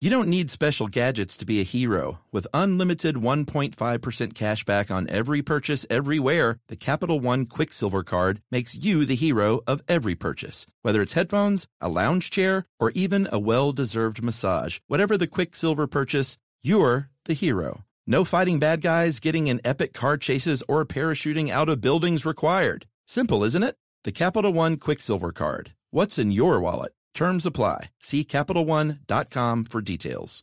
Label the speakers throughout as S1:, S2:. S1: You don't need special gadgets to be a hero. With unlimited 1.5% cashback on every purchase everywhere, the Capital One Quicksilver Card makes you the hero of every purchase. Whether it's headphones, a lounge chair, or even a well-deserved massage, whatever the Quicksilver purchase, you're the hero. No fighting bad guys, getting in epic car chases, or parachuting out of buildings required. Simple, isn't it? The Capital One Quicksilver Card. What's in your wallet? Terms apply. See CapitalOne.com for details.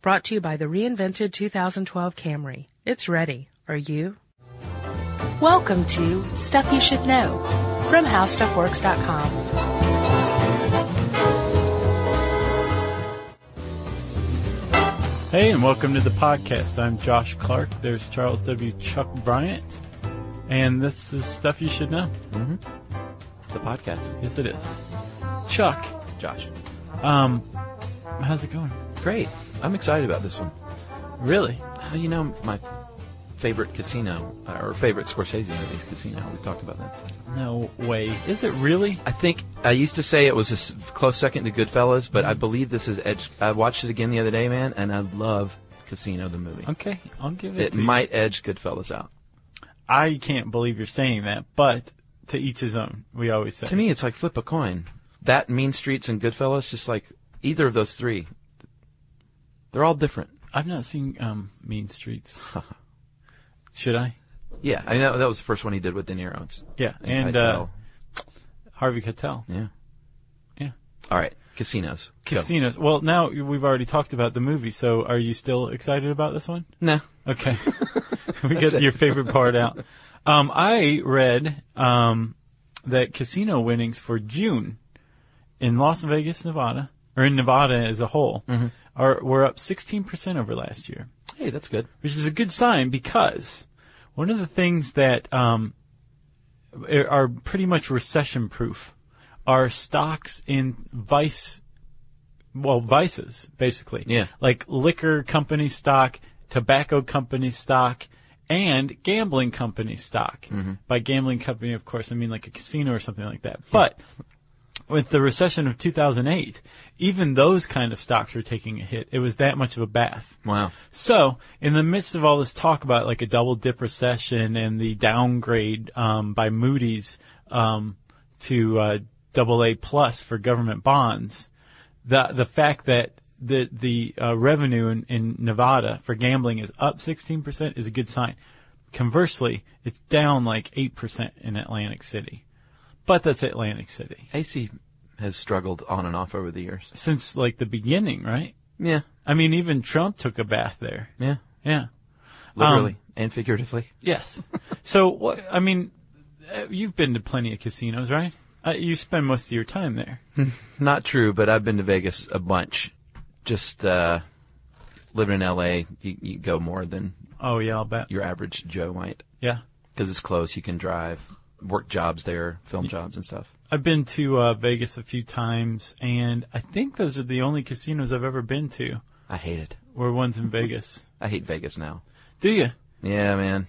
S2: Brought to you by the reinvented 2012 Camry. It's ready. Are you? Welcome to Stuff You Should Know from HowStuffWorks.com.
S3: Hey, and welcome to the podcast. I'm Josh Clark. There's Charles W. Chuck Bryant. And this is stuff you should know.
S4: The podcast.
S3: Yes, it is. Chuck,
S4: Josh.
S3: um, how's it going?
S4: Great. I'm excited about this one.
S3: Really?
S4: How do you know my favorite casino, uh, or favorite Scorsese movie is Casino? We talked about that.
S3: No way. Is it really?
S4: I think I used to say it was a s- close second to Goodfellas, but I believe this is edge. I watched it again the other day, man, and I love Casino the movie.
S3: Okay, I'll give it.
S4: It
S3: to you.
S4: might edge Goodfellas out.
S3: I can't believe you're saying that, but to each his own. We always say.
S4: To me, it's like flip a coin. That Mean Streets and Goodfellas, just like either of those three, they're all different.
S3: I've not seen um, Mean Streets. should I?
S4: Yeah, I know that was the first one he did with De Niro. It's,
S3: Yeah,
S4: and
S3: and uh,
S4: Keitel.
S3: Harvey Keitel.
S4: yeah,
S3: Yeah.
S4: All right, casinos. Go.
S3: Casinos. Well, now we've already talked about the movie, so are you still excited about this one?
S4: No.
S3: Okay. we get your favorite part out. Um, I read um, that casino winnings for June in Las Vegas, Nevada, or in Nevada as a whole, are were up 16% over last year,
S4: Hey, that's good.
S3: which is a good sign because one of the things that um, are are pretty much recession proof are stocks in vice well, vices, basically.
S4: Yeah.
S3: Like liquor company stock, tobacco company stock, and gambling company stock. By gambling company, of course, I mean like a casino or something like that. But with the recession of 2008, even those kind of stocks were taking a hit. It was that much of a bath.
S4: Wow.
S3: So, in the midst of all this talk about like a double dip recession and the downgrade um, by Moody's um, to uh, double A plus for government bonds, the the fact that the the uh, revenue in, in Nevada for gambling is up 16% is a good sign. Conversely, it's down like 8% in Atlantic City, but that's Atlantic City
S4: AC has struggled on and off over the years.
S3: since like the beginning, right?
S4: Yeah.
S3: I mean, even Trump took a bath there.
S4: Yeah.
S3: Yeah.
S4: Literally
S3: Um,
S4: and figuratively.
S3: Yes. so, what, I mean, uh, you've been to plenty of casinos, right? Uh, you spend most of your time there.
S4: Not true, but I've been to Vegas a bunch. Just uh, living in LA, you, you go more than
S3: Oh yeah, I'll bet.
S4: your average Joe might
S3: Yeah,
S4: because it's close. You can drive, work jobs there, film jobs and stuff.
S3: I've been to uh, Vegas a few times, and I think those are the only casinos I've ever been to.
S4: I hate it.
S3: Were ones in Vegas.
S4: I hate Vegas now.
S3: Do you?
S4: Yeah, man.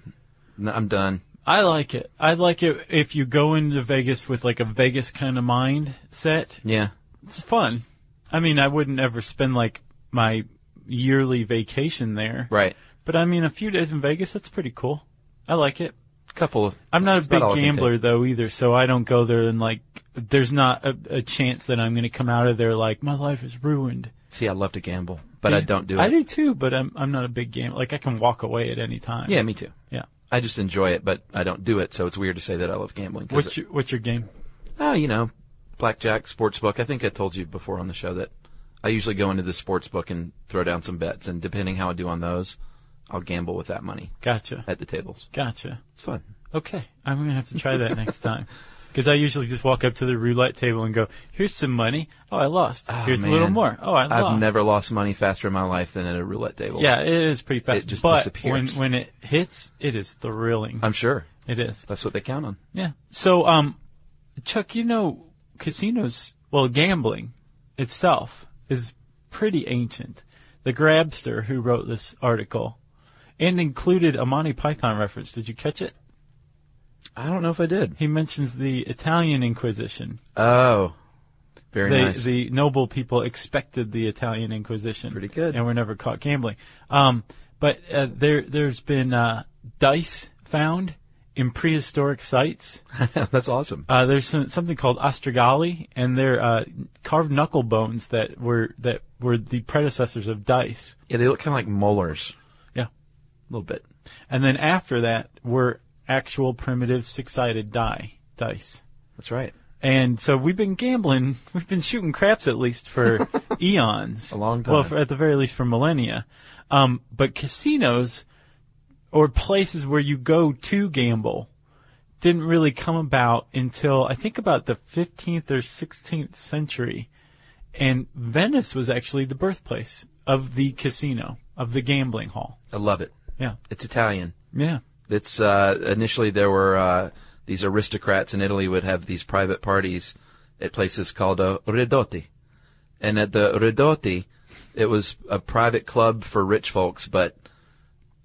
S4: No, I'm done.
S3: I like it. I like it if you go into Vegas with like a Vegas kind of mind set.
S4: Yeah.
S3: It's fun. I mean, I wouldn't ever spend like my yearly vacation there.
S4: Right.
S3: But I mean, a few days in Vegas, that's pretty cool. I like it.
S4: Couple of.
S3: I'm not
S4: that's
S3: a
S4: about
S3: big
S4: all I can
S3: gambler
S4: take.
S3: though either, so I don't go there and like. There's not a, a chance that I'm going to come out of there like my life is ruined.
S4: See, I love to gamble, but I don't do it.
S3: I do too, but I'm I'm not a big gambler. Like I can walk away at any time.
S4: Yeah, me too.
S3: yeah.
S4: I just enjoy it, but I don't do it, so it's weird to say that I love gambling. 'cause
S3: What's your, what's your game?
S4: Oh, you know, blackjack, sports book. I think I told you before on the show that I usually go into the sports book and throw down some bets, and depending how I do on those, I'll gamble with that money
S3: Gotcha,
S4: at the tables.
S3: gotcha.
S4: It's fun.
S3: Okay, I'm gonna have to try that next time. Because I usually just walk up to the roulette table and go, "Here's some money. Oh, I lost.
S4: Ah,
S1: Oh,
S3: Here's a little
S1: man.
S3: more. Oh, I
S1: I've
S3: lost."
S1: never lost money faster in my life than at a roulette table.
S3: Yeah, it is pretty fast.
S1: It just
S3: but
S1: disappears.
S3: when when it hits, it is
S4: Uh,
S3: thrilling.
S1: I'm sure.
S3: it is.
S1: That's what they count on.
S3: Yeah. So, um, Chuck, you know, casinos, well, gambling itself is pretty ancient. The grabster who wrote this article and included a Monty Python reference. Did you catch it?
S1: I don't know if I did.
S3: He mentions the Italian Inquisition.
S1: Oh, very
S3: the,
S1: nice.
S3: the noble people expected the Italian Inquisition.
S1: Pretty good.
S3: And were never caught gambling. Um, but uh, there, there's been uh, dice found in prehistoric sites.
S1: That's awesome.
S3: Uh, there's some, something called astragali, and they're uh, carved knuckle bones that were that were the predecessors of dice.
S1: Yeah, they look kind of like molars
S3: Yeah,
S1: a little bit.
S3: and then after that were actual primitive six-sided die dice.
S1: That's right.
S3: And so we've been gambling, we've been shooting craps at least for eons,
S1: A long
S3: Well,
S1: time.
S3: for, at the very least for millennia. Um, but casinos or places where you go to gamble didn't really come about until I think about the 15th or 16th century. And Venice was actually the birthplace of the casino, of the gambling hall.
S1: I love it.
S3: Yeah.
S1: It's Italian.
S3: Yeah.
S1: It's uh, initially there were uh, these aristocrats in Italy would have these private parties at places called uh, redotti, and at the redotti, it was a private club for rich folks, but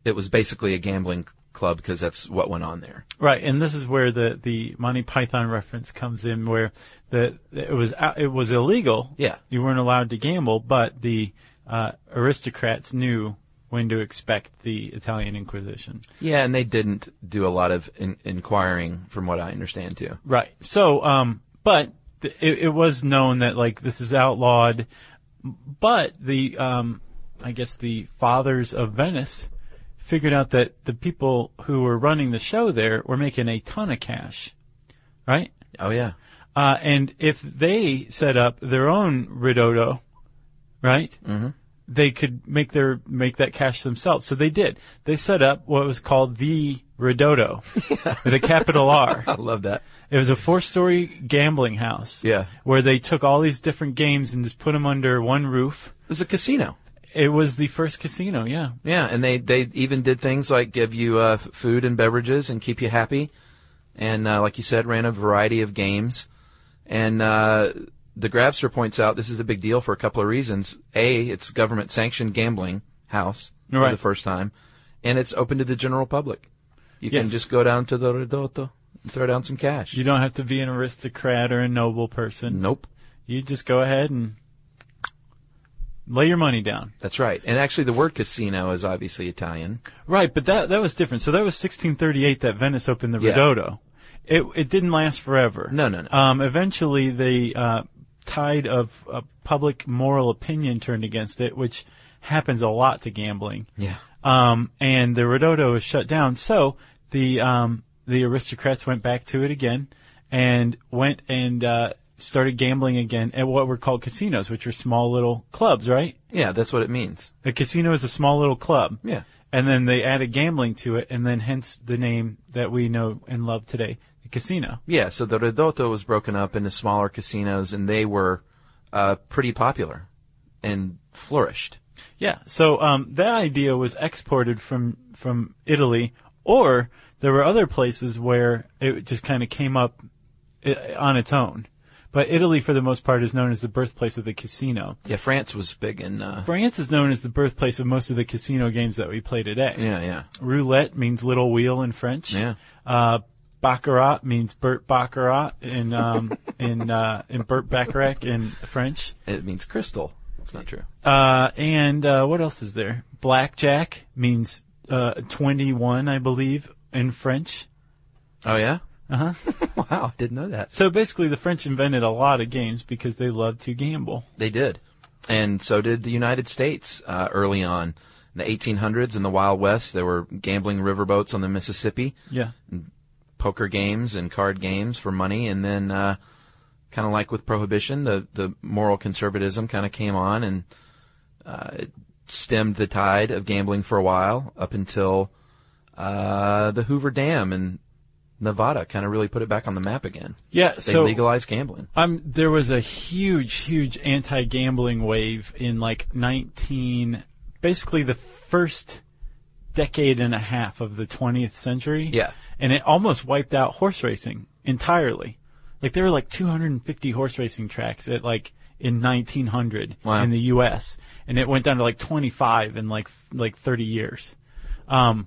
S1: it was basically a gambling club because that's what went on there.
S3: Right, and this is where the, the Monty Python reference comes in, where the it was out- it was illegal.
S1: Yeah.
S3: you weren't allowed to gamble, but the uh, aristocrats knew when to expect the Italian Inquisition.
S1: Yeah, and they didn't do a lot of in- inquiring, from what I understand too.
S3: Right. So, um, but th- it, it was known that like this is outlawed, but the um, I guess the fathers of Venice figured out that the people who were running the show there were making a ton of cash, right?
S1: Oh yeah,
S3: Uh, and if they set up their own Ridotto, right? Mm-hmm. They could make their make that cash themselves. So they did. They set up what was called the Ridotto, with a capital R.
S1: I love that.
S3: It was a four-story gambling house.
S1: Yeah.
S3: where they took all these different games and just put them under one roof.
S1: It was a casino.
S3: It was the first casino. Yeah,
S1: Yeah, and they they even did things like give you uh, f- food and beverages and keep you happy, and uh, like you said, ran a variety of games. And uh, the Grabster points out this is a big deal for a couple of reasons. A, it's government sanctioned gambling house for
S3: Right.
S1: the first time, and it's open to the general public. You can
S3: Yes.
S1: just go down to the Ridotto and throw down some cash.
S3: you don't have to be an aristocrat or a noble person.
S1: nope.
S3: You just go ahead and lay your money down.
S1: That's right. And actually, the word casino is obviously Italian.
S3: Right, but that that was different. So that was 1638 that Venice opened the
S1: Yeah.
S3: Ridotto. It it didn't last forever.
S1: No, no, no.
S3: Um, eventually, the uh, tide of uh, public moral opinion turned against it, which happens a lot to gambling.
S1: Yeah.
S3: Um, and the Ridotto was shut down. So the um, the aristocrats went back to it again, and went and uh, started gambling again at what were called casinos, which are small little clubs, right?
S1: Yeah, that's what it means.
S3: A casino is a small little club.
S1: Yeah.
S3: And then they added gambling to it, and then hence the name that we know and love today, the casino.
S1: Yeah, so the Ridotto was broken up into smaller casinos, and they were uh, pretty popular and flourished.
S3: Yeah. So um, that idea was exported from from Italy, or there were other places where it just kind of came up i- on its own. But Italy, for the most part, is known as the birthplace of the casino.
S1: Yeah, France was big in. Uh,
S3: France is known as the birthplace of most of the casino games that we play today.
S1: yeah, yeah,
S3: Roulette means little wheel in French.
S1: Yeah.
S3: Uh, Baccarat means Bert Baccarat in um, in uh, in Bert Bacharach in French.
S1: it means crystal. It's not true.
S3: Uh, and uh, what else is there? Blackjack means uh, twenty one, I believe, in French.
S1: Oh yeah. Uh huh. wow, didn't know that.
S3: So basically, the French invented a lot of games because they loved to gamble.
S1: They did, and so did the United States uh, early on. In the 1800s, in the Wild West, there were gambling riverboats on the Mississippi.
S3: Yeah.
S1: Mm. poker games and card games for money, and then uh, kind of like with prohibition, the the moral conservatism kind of came on and uh, it stemmed the tide of gambling for a while up until uh, the Hoover Dam in Nevada kind of really put it back on the map again.
S3: Yeah,
S1: They
S3: so
S1: legalized gambling.
S3: um, there was a huge, huge anti-gambling wave in like 19, basically the first decade and a half of the 20th century.
S1: Yeah.
S3: And it almost wiped out horse racing entirely. Like there were like 250 horse racing tracks at like in 1900
S1: Wow.
S3: in the U.S. and it went down to like 25 in like like 30 years. Um,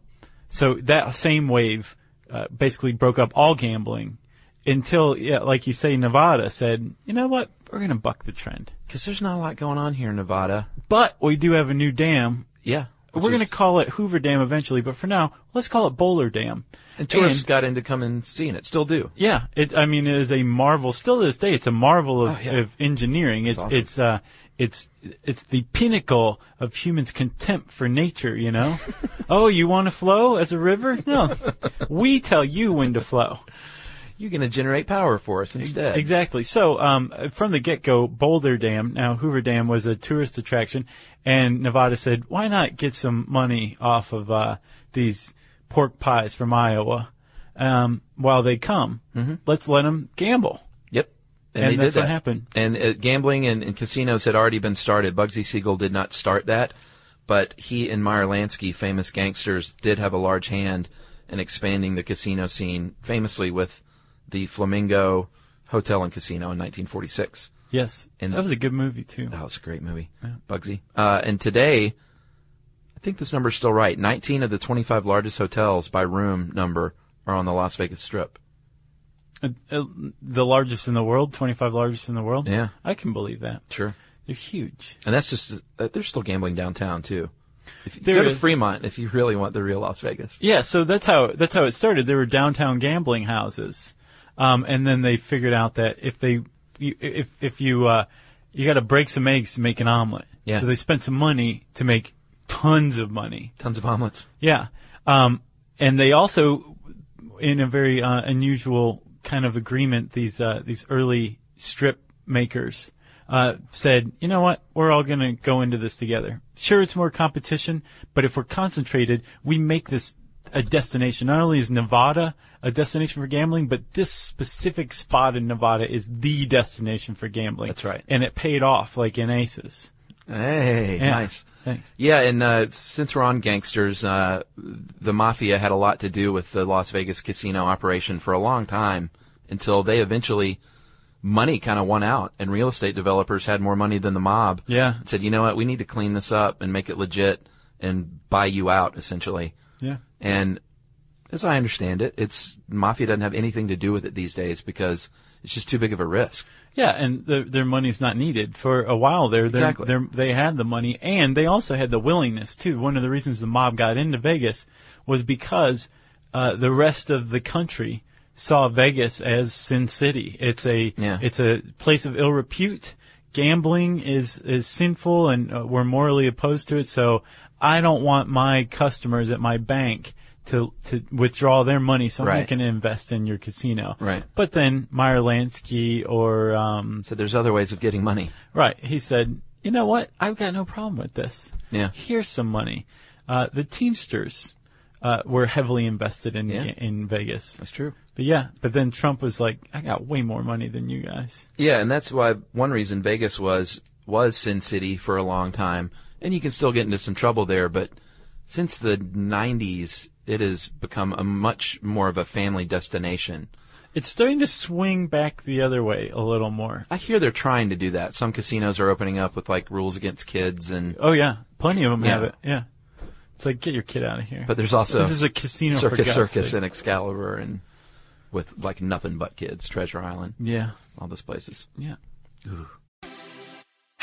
S3: so that same wave uh, basically broke up all gambling until, yeah, like you say, Nevada said, you know what, we're going to buck the trend.
S1: Because there's not a lot going on here in Nevada.
S3: But we do have a new dam.
S1: Yeah.
S3: We're going to call it Hoover Dam eventually, but for now, let's call it Bowler Dam.
S1: And tourists
S3: and-
S1: got into coming seeing it. Still do.
S3: Yeah, it. I mean, it is a marvel. Still to this day, it's a marvel of,
S1: Oh, yeah.
S3: of engineering. It's
S1: awesome.
S3: it's uh, it's it's the pinnacle of humans' contempt for nature. You know, oh, you want to flow as a river? No, we tell you when to flow.
S1: You're going to generate power for us instead.
S3: Exactly. So, um, from the get go, Boulder Dam, now Hoover Dam, was a tourist attraction, and Nevada said, why not get some money off of uh, these pork pies from Iowa um, while they come? Mm-hmm. Let's let them gamble.
S1: Yep.
S3: And
S1: they
S3: that's
S1: did
S3: what
S1: that.
S3: happened.
S1: And uh, gambling and, and casinos had already been started. Bugsy Siegel did not start that, but he and Meyer Lansky, famous gangsters, did have a large hand in expanding the casino scene, famously with the Flamingo Hotel and Casino in 1946.
S3: Yes.
S1: And-
S3: that was a good movie, too.
S1: That was a great movie, Bugsy. Uh, and today, I think this number's still right. 19 of the 25 largest hotels by room number are on the Las Vegas Strip.
S3: Uh, uh, the largest in the world, 25 largest in the world.
S1: Yeah.
S3: I can believe that.
S1: Sure.
S3: They're huge.
S1: And that's just, uh, they're still gambling downtown too. If you
S3: There
S1: go to
S3: is.
S1: Fremont if you really want the real Las Vegas.
S3: Yeah, so that's how that's how it started. There were downtown gambling houses, um, and then they figured out that if they you, if if you uh, you got to break some eggs to make an omelet.
S1: Yeah.
S3: So they spent some money to make tons of money.
S1: Tons of omelets.
S3: Yeah. Um, and they also, in a very uh, unusual kind of agreement, these uh, these early strip makers uh, said, you know what, we're all going to go into this together. Sure, it's more competition, but if we're concentrated, we make this a destination. Not only is Nevada a destination for gambling, but this specific spot in Nevada is the destination for gambling.
S1: That's right.
S3: And it paid off, like in Aces.
S1: Hey,
S3: Yeah.
S1: nice.
S3: Thanks.
S1: Yeah, and uh, since we're on gangsters, uh, the mafia had a lot to do with the Las Vegas casino operation for a long time until they eventually money kind of won out and real estate developers had more money than the mob.
S3: Yeah.
S1: And said, you know what, we need to clean this up and make it legit and buy you out essentially.
S3: Yeah.
S1: And as I understand it, it's mafia doesn't have anything to do with it these days because it's just too big of a risk.
S3: Yeah, and the, their money's not needed. For a while there, they're,
S1: Exactly.
S3: they're, they had the money, and they also had the willingness, too. One of the reasons the mob got into Vegas was because uh, the rest of the country saw Vegas as Sin City. It's a
S1: Yeah.
S3: it's a place of ill repute. Gambling is is sinful, and uh, we're morally opposed to it. So I don't want my customers at my bank to to withdraw their money, so I'm
S1: Right.
S3: not going to invest in your casino.
S1: Right.
S3: But then Meyer Lansky or um,
S1: So there's other ways of getting money.
S3: right, he said, you know what? I've got no problem with this.
S1: Yeah.
S3: Here's some money. Uh, the Teamsters uh, were heavily invested in
S1: Yeah.
S3: in Vegas.
S1: That's true.
S3: But yeah, but then Trump was like, I got way more money than you guys.
S1: Yeah, and that's why one reason Vegas was was Sin City for a long time, and you can still get into some trouble there. But since the '90s, it has become a much more of a family destination.
S3: It's starting to swing back the other way a little more.
S1: I hear they're trying to do that. Some casinos are opening up with like rules against kids, and
S3: Oh yeah, plenty of them have
S1: Yeah.
S3: it. Yeah. It's like get your kid out of here.
S1: but there's also
S3: this is a casino for
S1: Circus
S3: God's
S1: Circus
S3: sake.
S1: and Excalibur, and with like nothing but kids, Treasure Island,
S3: yeah.
S1: all those places.
S3: Yeah.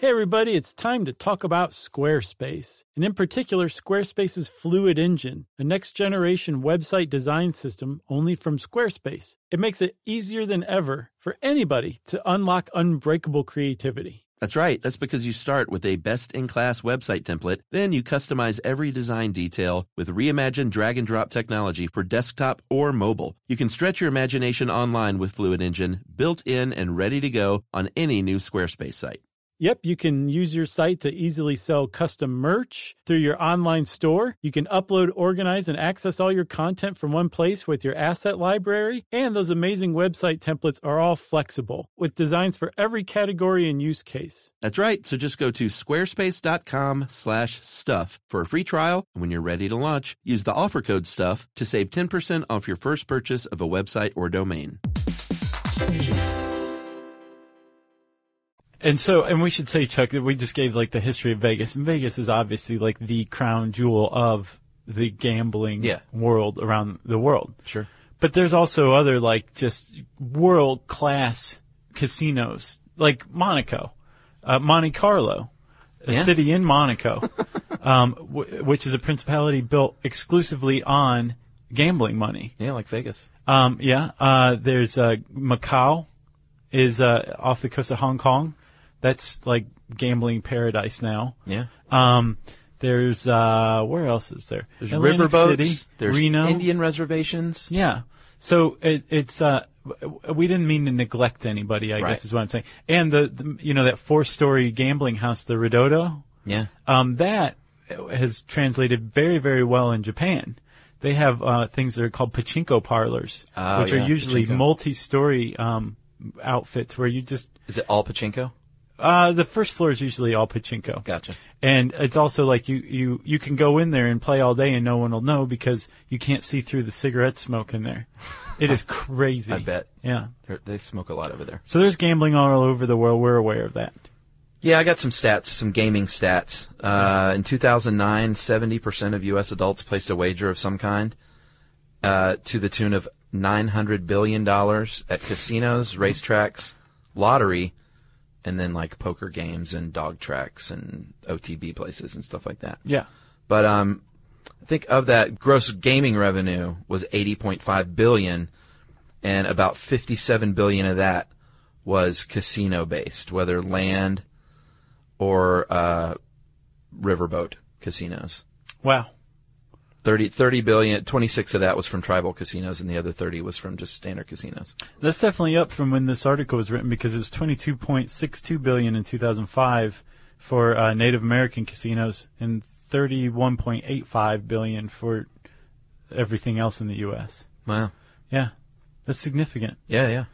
S3: Hey, everybody, it's time to talk about Squarespace, and in particular, Squarespace's Fluid Engine, a next generation website design system only from Squarespace. It makes it easier than ever for anybody to unlock unbreakable creativity.
S1: That's right. That's because you start with a best in class website template, then you customize every design detail with reimagined drag and drop technology for desktop or mobile. You can stretch your imagination online with Fluid Engine, built in and ready to go on any new Squarespace site.
S3: Yep, you can use your site to easily sell custom merch through your online store. You can upload, organize, and access all your content from one place with your asset library. And those amazing website templates are all flexible with designs for every category and use case.
S1: That's right. So just go to squarespace.com slash stuff for a free trial. And when you're ready to launch, use the offer code stuff to save 10% off your first purchase of a website or domain.
S3: And so, and we should say, Chuck, that we just gave like the history of Vegas, and Vegas is obviously like the crown jewel of the gambling
S4: Yeah.
S3: world around the world.
S4: Sure.
S3: But there's also other like just world class casinos, like Monaco, uh, Monte Carlo, a
S4: Yeah.
S3: city in Monaco, um, w- which is a principality built exclusively on gambling money.
S4: Yeah, like Vegas.
S3: Um, yeah. Uh, there's uh, Macau is uh, off the coast of Hong Kong. That's like gambling paradise now.
S4: Yeah.
S3: Um, there's uh, where else is there?
S4: There's
S3: Atlantic
S4: riverboats.
S3: City,
S4: there's
S3: Reno.
S4: Indian reservations.
S3: Yeah. So it, it's uh, w- we didn't mean to neglect anybody. I
S4: Right.
S3: guess is what I'm saying. And the, the you know that four story gambling house, the Redodo
S4: Yeah.
S3: um, that has translated very, very well in Japan. They have uh, things that are called pachinko parlors,
S4: Oh,
S3: which
S4: yeah,
S3: are usually
S4: pachinko.
S3: multi-story um, outfits where you just
S4: Is it all pachinko?
S3: uh, the first floor is usually all pachinko.
S4: Gotcha.
S3: And it's also like you, you, you can go in there and play all day and no one will know because you can't see through the cigarette smoke in there. It is crazy.
S4: I bet.
S3: Yeah.
S4: They're- They smoke a lot over there.
S3: So there's gambling all over the world. We're aware of that.
S4: Yeah, I got some stats, some gaming stats. Uh, in 2009, 70% of U.S. adults placed a wager of some kind uh, to the tune of $900 billion at casinos, racetracks, lottery, and then like poker games and dog tracks and OTB places and stuff like that.
S3: Yeah.
S4: But um, I think of that gross gaming revenue was 80.5 billion, and about 57 billion of that was casino based, whether land or uh, riverboat casinos.
S3: Wow.
S4: 30, 30 billion, 26 of that was from tribal casinos, and the other 30 was from just standard casinos.
S3: That's definitely up from when this article was written because it was 22.62 billion in 2005 for uh, Native American casinos and 31.85 billion for everything else in the U.S.
S4: Wow.
S3: Yeah, that's significant.
S4: Yeah, yeah.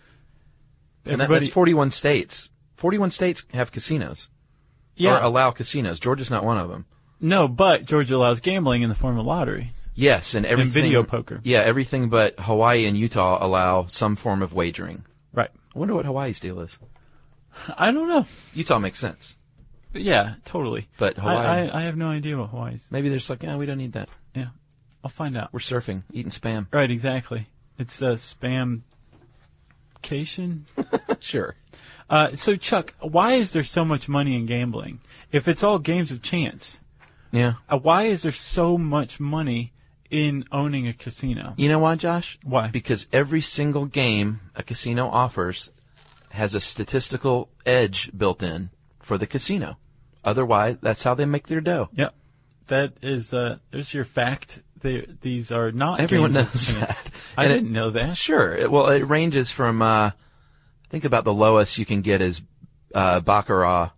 S4: And that,
S3: Everybody-
S4: that's 41 states. 41 states have casinos
S3: yeah,
S4: or allow casinos. Georgia's not one of them.
S3: no, but Georgia allows gambling in the form of lotteries.
S4: Yes, and everything.
S3: video poker.
S4: Yeah, everything but Hawaii and Utah allow some form of wagering.
S3: Right.
S4: I wonder what Hawaii's deal is.
S3: I don't know.
S4: Utah makes sense,
S3: Yeah, totally.
S4: but
S3: I-
S4: Hawaii.
S3: I, I have no idea what Hawaii's.
S4: maybe they're just like, yeah, we don't need that.
S3: Yeah, I'll find out.
S4: We're surfing, eating spam.
S3: Right, exactly. It's a spamcation.
S4: sure.
S3: Uh, so, Chuck, why is there so much money in gambling? If it's all games of chance,
S4: Yeah.
S3: uh, why is there so much money in owning a casino?
S4: You know why, Josh?
S3: Why?
S4: Because every single game a casino offers has a statistical edge built in for the casino. Otherwise, that's how they make their dough.
S3: Yep. That is, uh, there's your fact. They, these are not
S4: Everyone
S3: games of
S4: knows
S3: chance.
S4: that.
S3: I
S4: And it-
S3: didn't know that.
S4: Sure. It, well, it ranges from, uh, I think about the lowest you can get is uh, Baccarat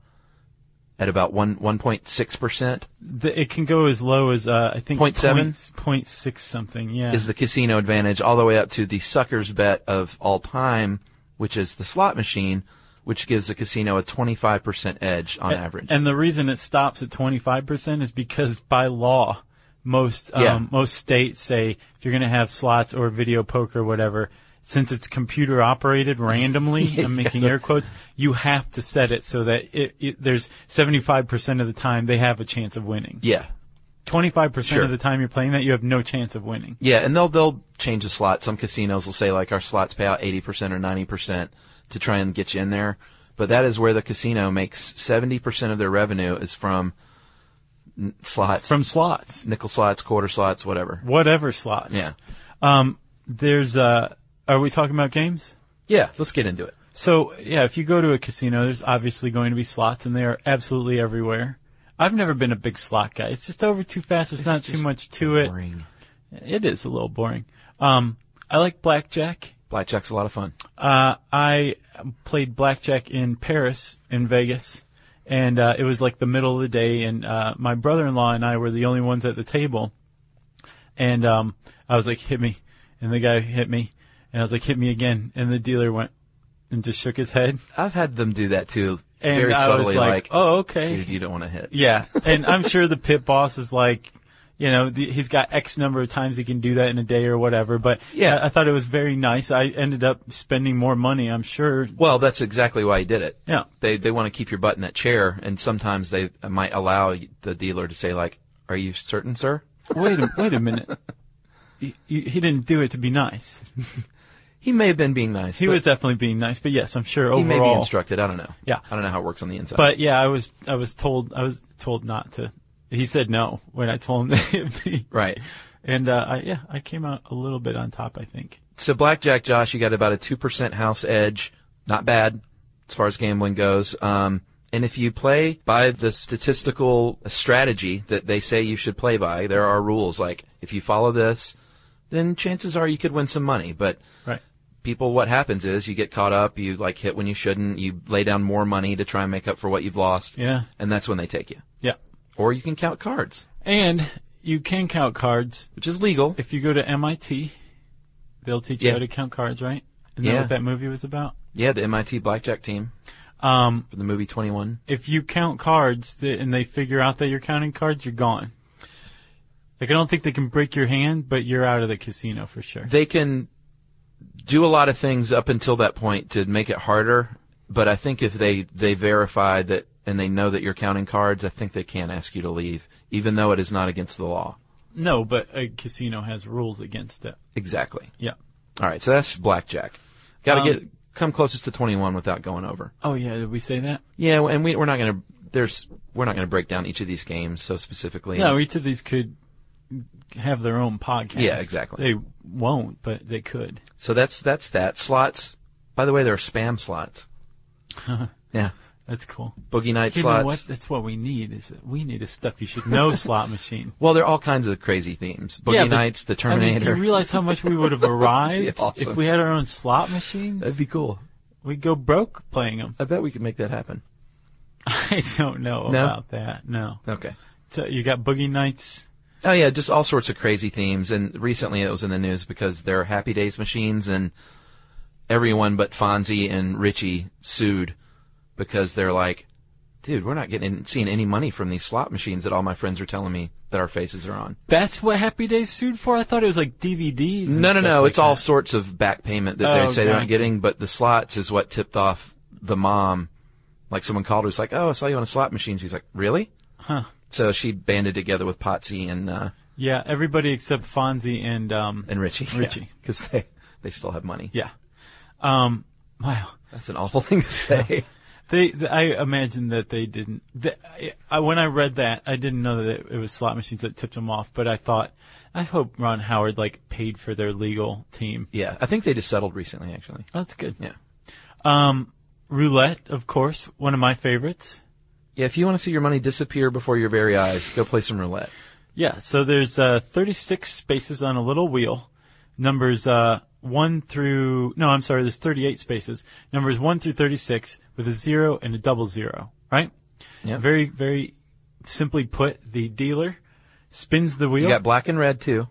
S4: at about one one point six percent.
S3: The, it can go as low as uh, I think
S4: Point seven?
S3: point- point six something. Yeah,
S4: Is the casino advantage all the way up to the sucker's bet of all time, which is the slot machine, which gives the casino a twenty five percent edge on
S3: A-
S4: average.
S3: And the reason it stops at 25% is because by law, most um,
S4: Yeah.
S3: most states say if you're going to have slots or video poker or whatever, since it's computer operated randomly, I'm making air quotes, you have to set it so that it, it, there's 75% of the time they have a chance of winning.
S4: yeah,
S3: 25%
S4: Sure.
S3: of the time you're playing that, you have no chance of winning.
S4: yeah, and they'll they'll change the slot. Some casinos will say like our slots pay out eighty percent or ninety percent to try and get you in there. But that is where the casino makes seventy percent of their revenue is from n- slots,
S3: From slots,
S4: nickel slots, quarter slots, whatever.
S3: whatever slots.
S4: Yeah.
S3: Um, there's, uh, are we talking about games?
S4: Yeah, let's get into it.
S3: So yeah, if you go to a casino, there's obviously going to be slots, and they are absolutely everywhere. I've never been a big slot guy. It's just over too fast. There's not too
S4: just
S3: much to
S4: Boring.
S3: it. It is a little boring. Um, I like blackjack.
S4: Blackjack's a lot of fun.
S3: Uh, I played blackjack in Paris, in Vegas, and uh, it was like the middle of the day, and uh, my brother-in-law and I were the only ones at the table. And um, I was like, "Hit me," and the guy hit me, and I was like, "Hit me again," and the dealer went and just shook his head.
S4: I've had them do that too,
S3: And
S4: very
S3: I
S4: subtly,
S3: was like, oh, okay.
S4: dude, you don't want to hit.
S3: Yeah, and I'm sure the pit boss is like, you know, the, he's got X number of times he can do that in a day or whatever. But
S4: Yeah.
S3: I, I thought it was very nice. I ended up spending more money, I'm sure.
S4: Well, that's exactly why he did it.
S3: Yeah.
S4: They they want to keep your butt in that chair, and sometimes they might allow the dealer to say like, "Are you certain, sir?"
S3: Wait a wait a minute. He, he he didn't do it to be nice.
S4: He may have been being nice.
S3: He
S4: but
S3: was definitely being nice, but yes, I'm sure
S4: He
S3: overall.
S4: may be instructed. I don't know.
S3: Yeah.
S4: I don't know how it works on the inside.
S3: But yeah, I was I was told I was told not to. He said no when I told him to hit me.
S4: right.
S3: And uh, I, yeah, I came out a little bit on top, I think.
S4: So blackjack, Josh, you got about a two percent house edge. Not bad as far as gambling goes. Um, and if you play by the statistical strategy that they say you should play by, there are rules like if you follow this, then chances are you could win some money. But
S3: Right.
S4: people, what happens is you get caught up, you like hit when you shouldn't, you lay down more money to try and make up for what you've lost.
S3: Yeah.
S4: And that's when they take you.
S3: Yeah.
S4: Or you can count cards,
S3: And you can count cards
S4: which is legal.
S3: If you go to MIT, they'll teach you
S4: Yeah.
S3: how to count cards, right? Isn't that
S4: Yeah.
S3: what that movie was about?
S4: Yeah, the MIT blackjack team
S3: Um,
S4: for the movie 21.
S3: if you count cards th- and they figure out that you're counting cards, you're gone. Like, I don't think they can break your hand, but you're out of the casino for sure.
S4: They can do a lot of things up until that point to make it harder, but I think if they, they verify that and they know that you're counting cards, I think they can ask you to leave, even though it is not against the law.
S3: No, but a casino has rules against it.
S4: Exactly.
S3: Yeah.
S4: All right, so that's blackjack. Got to
S3: Um,
S4: get come closest to 21 without going over.
S3: Oh, yeah, did we say that?
S4: Yeah, and we, we're not going to. There's we're not going to break down each of these games so specifically.
S3: No, each of these could have their own podcast.
S4: Yeah, exactly.
S3: They won't, but they could.
S4: So that's that's that slots. By the way, there are spam slots. yeah,
S3: That's cool.
S4: boogie night
S3: You know
S4: slots.
S3: what? That's what we need. Is we need a stuff you should know slot machine.
S4: Well, there are all kinds of crazy themes. Boogie
S3: Yeah, but-
S4: nights, the
S3: I mean, do
S4: Terminator.
S3: you realize how much we would have arrived
S4: That'd be awesome.
S3: if we had our own slot machines?
S4: That'd be cool.
S3: We'd go broke playing them.
S4: I bet we could make that happen.
S3: I don't know
S4: No?
S3: about that. No.
S4: Okay.
S3: So you got boogie nights.
S4: Oh yeah, just all sorts of crazy themes. And recently it was in the news because there are Happy Days machines and everyone but Fonzie and Richie sued because they're like, dude, we're not getting seeing any money from these slot machines that all my friends are telling me that our faces are on.
S3: That's what Happy Days sued for. I thought it was like DVDs. and
S4: No,
S3: Mm-hmm.
S4: no,
S3: stuff
S4: no.
S3: like
S4: it's all
S3: that.
S4: sorts of back payment that
S3: Oh,
S4: they say they're
S3: gotcha.
S4: not getting, but the slots is what tipped off the mom. Like someone called her, was like, oh, I saw you on a slot machine. She's like, really?
S3: Huh.
S4: So she banded together with Potsy and uh,
S3: Yeah, everybody except Fonzie and um
S4: and Richie.
S3: Richie.
S4: because they they still have money.
S3: yeah. Um, wow.
S4: That's an awful thing to say.
S3: They, th I imagine that they didn't. th I, I, when I read that, I didn't know that it, it was slot machines that tipped them off. But I thought, I hope Ron Howard like paid for their legal team.
S4: yeah, I think they just settled recently, actually.
S3: That's good.
S4: Yeah.
S3: Um, roulette, of course, one of my favorites.
S4: Yeah, if you want to see your money disappear before your very eyes, go play some roulette.
S3: Yeah. So there's uh, 36 spaces on a little wheel. Numbers uh, one through no, I'm sorry. There's 38 spaces. Numbers one through 36 with a zero and a double zero. Right.
S1: Yeah.
S3: Very, very simply put, the dealer spins the wheel.
S1: You got black and red too.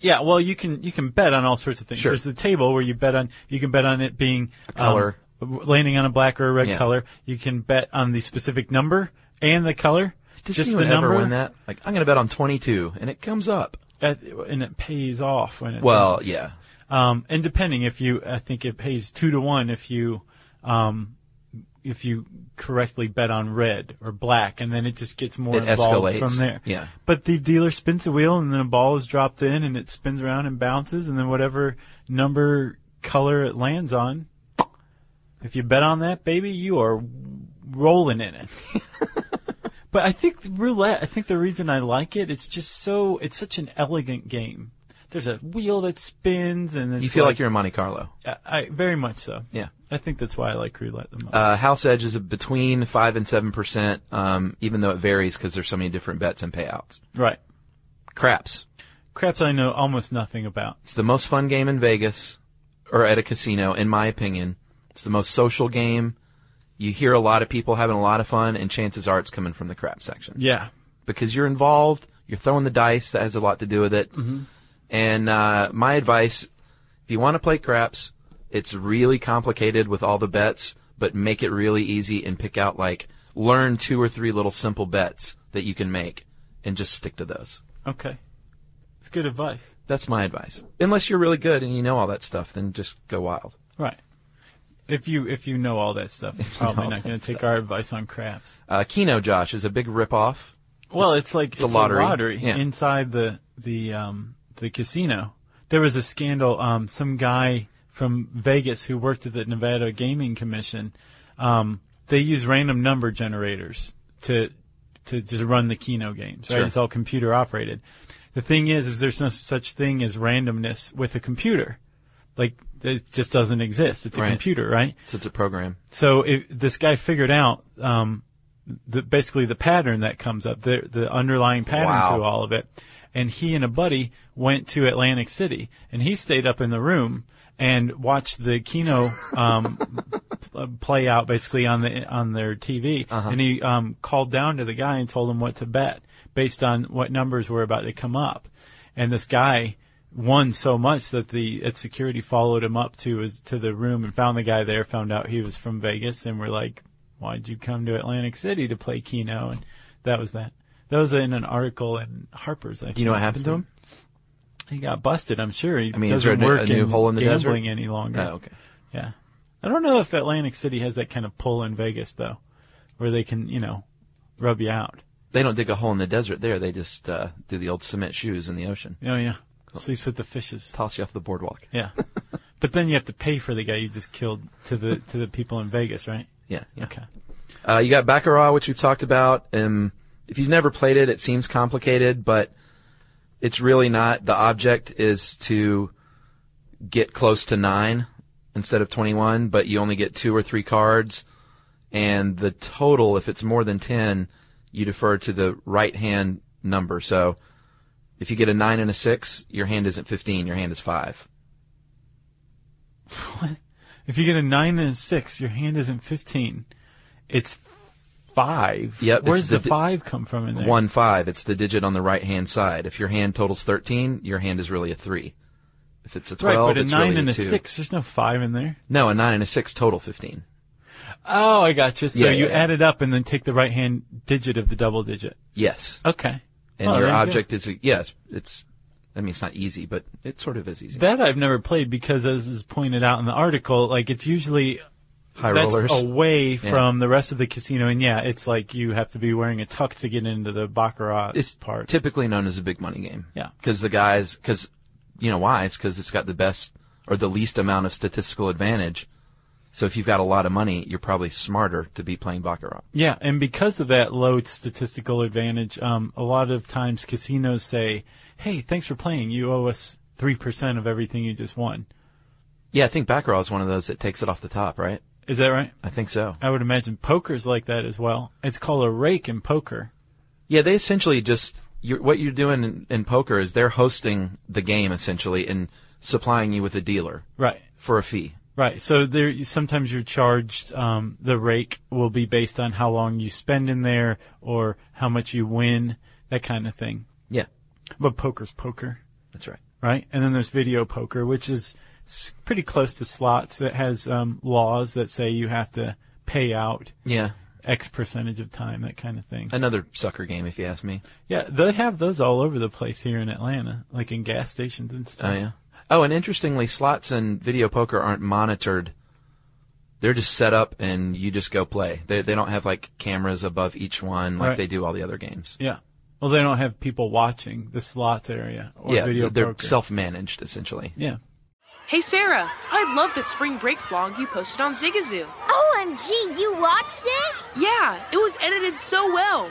S3: Yeah, well, you can you can bet on all sorts of things.
S1: Sure.
S3: There's the table where you bet on you can bet on it being
S1: color.
S3: um, landing on a black or a red
S1: Yeah.
S3: color. You can bet on the specific number and the color.
S1: Does
S3: just the
S1: anyone
S3: number
S1: ever win that? Like, I'm going to bet on 22, and it comes up.
S3: at- and it pays off when it
S1: Well,
S3: does.
S1: yeah.
S3: Um, and depending if you, I think it pays two to one if you, um, if you correctly bet on red or black, and then it just gets more
S1: It
S3: involved
S1: escalates.
S3: from there.
S1: Yeah.
S3: But the dealer spins a wheel, and then a ball is dropped in, and it spins around and bounces, and then whatever number color it lands on, if you bet on that, baby, you are rolling in it. But I think the roulette, I think the reason I like it, it's just so, it's such an elegant game. There's a wheel that spins and it's
S1: You feel like, you're in Monte Carlo.
S3: you're, I, I- very much so.
S1: Yeah.
S3: I think that's why I like roulette the most.
S1: Uh, house edge is between 5 and 7%, um, even though it varies because there's so many different bets and payouts.
S3: right.
S1: Craps.
S3: Craps I know almost nothing about.
S1: It's the most fun game in Vegas or at a casino, in my opinion. It's the most social game. You hear a lot of people having a lot of fun, and chances are it's coming from the crap section
S3: Yeah.
S1: because you're involved. You're throwing the dice. That has a lot to do with it. And uh, my advice, if you want to play craps, it's really complicated with all the bets, but make it really easy and pick out like learn two or three little simple bets that you can make and just stick to those.
S3: Okay. It's good advice.
S1: That's my advice. Unless you're really good and you know all that stuff, then just go wild.
S3: Right. If you, if you know all that stuff, you're probably
S1: all
S3: not going
S1: that
S3: to take our advice on craps.
S1: Uh, Keno Josh is a big ripoff.
S3: Well, it's, like
S1: it's a lottery. Yeah.
S3: inside the the um, the casino. There was a scandal. Um, some guy from Vegas who worked at the Nevada Gaming Commission. Um, they use random number generators to to just run the Keno games. Right,
S1: Sure.
S3: it's all computer operated. The thing is, is there's no such thing as randomness with a computer. Like it just doesn't exist. It's a
S1: Right.
S3: computer, right?
S1: So it's a program.
S3: So if this guy figured out um, the, basically the pattern that comes up, the, the underlying pattern
S1: Wow.
S3: to all of it. And he and a buddy went to Atlantic City, and he stayed up in the room and watched the Kino um, uh, play out basically on the on their TV. And he um, called down to the guy and told him what to bet based on what numbers were about to come up. And this guy won so much that the that security followed him up to his to the room and found the guy there. Found out he was from Vegas, and were like, "Why'd you come to Atlantic City to play Keno?" And that was that. That was in an article in Harper's. I
S1: Do you know what happened to him?
S3: He got busted. I'm sure. He
S1: I mean, is
S3: doesn't
S1: there a-
S3: work
S1: a new
S3: in
S1: hole in the
S3: gambling
S1: desert?
S3: any longer.
S1: Oh, okay.
S3: Yeah. I don't know if Atlantic City has that kind of pull in Vegas though, where they can, you know, rub you out.
S1: They don't dig a hole in the desert there. They just uh, do the old cement shoes in the ocean.
S3: Oh yeah. Sleeps with the fishes.
S1: Toss you off the boardwalk.
S3: Yeah. but then you have to pay for the guy you just killed to the to the people in Vegas, right?
S1: Yeah. yeah.
S3: Okay.
S1: Uh, you got Baccarat, which we've talked about. Um, if you've never played it, it seems complicated, but it's really not. The object is to get close to nine instead of 21, but you only get two or three cards. And the total, if it's more than 10, you defer to the right hand number. So if you get a nine and a six, your hand isn't 15, your hand is five.
S3: If you get a nine and a six, your hand isn't fifteen. It's five.
S1: Yep, it's
S3: Where does the,
S1: the di-
S3: five come from in there?
S1: One five, it's the digit on the right hand side. If your hand totals thirteen, your hand is really a three. If it's a
S3: Right,
S1: twelve,
S3: but a
S1: it's
S3: nine
S1: really
S3: and
S1: a,
S3: a
S1: two.
S3: six, there's no five in there.
S1: No, a nine and a six total fifteen.
S3: Oh, I got you. So
S1: Yeah, yeah,
S3: you
S1: yeah.
S3: add it up and then take the right hand digit of the double digit.
S1: Yes,
S3: Okay.
S1: and
S3: Oh,
S1: your
S3: there you go.
S1: object is a, yes. It's, I mean, it's not easy, but it sort of is easy.
S3: That I've never played because, as is pointed out in the article, like it's usually
S1: High
S3: that's
S1: rollers.
S3: away from the rest of the casino, and yeah, it's like you have to be wearing a tux to get into the baccarat
S1: it's
S3: part.
S1: typically known as a big money game.
S3: Yeah.
S1: because the guys, because you know why? It's because it's got the best or the least amount of statistical advantage. So if you've got a lot of money, you're probably smarter to be playing baccarat.
S3: yeah, and because of that low statistical advantage, um, a lot of times casinos say, "Hey, thanks for playing. You owe us three percent of everything you just won."
S1: Yeah, I think baccarat is one of those that takes it off the top, right?
S3: Is that right?
S1: I think so.
S3: I would imagine poker's like that as well. It's called a rake in poker.
S1: Yeah, they essentially just you're, what you're doing in, in poker is they're hosting the game essentially and supplying you with a dealer
S3: Right.
S1: for a fee.
S3: Right. So there, sometimes you're charged. Um, the rake will be based on how long you spend in there or how much you win, that kind of thing.
S4: Yeah,
S3: But poker's poker,
S4: that's right.
S3: right? And then there's video poker, which is s- pretty close to slots that has um, laws that say you have to pay out
S4: Yeah,
S3: X percentage of time, that kind of thing.
S4: another sucker game, if you ask me.
S3: Yeah, they have those all over the place here in Atlanta, like in gas stations and stuff.
S4: Oh yeah. Oh, and interestingly, slots and video poker aren't monitored. They're just set up, and you just go play. They they don't have like cameras above each one like
S3: Right.
S4: they do all the other games.
S3: Yeah. Well, they don't have people watching the slots area or
S4: yeah,
S3: video
S4: they're
S3: poker.
S4: self-managed essentially.
S3: yeah.
S5: Hey Sarah, I love that spring break vlog you posted on Zigazoo.
S6: OMG, you watched it?
S5: Yeah, it was edited so well.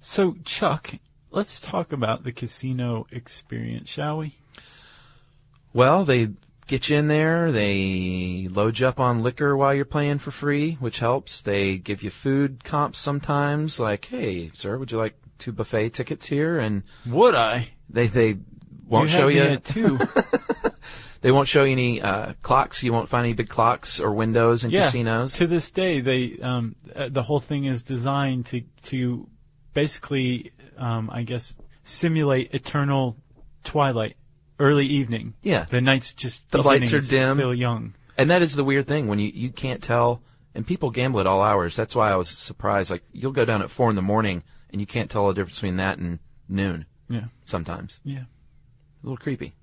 S3: So, Chuck, let's talk about the casino experience, shall we?
S4: Well, they get you in there. They load you up on liquor while you're playing for free, which helps. They give you food comps sometimes, like, "Hey, sir, would you like two buffet tickets here?" And
S3: Would I?
S4: they they won't show you
S3: too.
S4: they won't show you any uh, clocks. You won't find any big clocks or windows in casinos.
S3: To this day, they um, uh, the whole thing is designed to to basically, um, I guess, simulate eternal twilight, early evening.
S4: Yeah.
S3: the nights just
S4: The lights
S3: beginning
S4: are
S3: is
S4: dim.
S3: still young.
S4: And that is the weird thing when you, you can't tell, and people gamble at all hours. That's why I was surprised. Like, you'll go down at four in the morning and you can't tell the difference between that and noon
S3: Yeah,
S4: sometimes.
S3: yeah,
S4: A little creepy.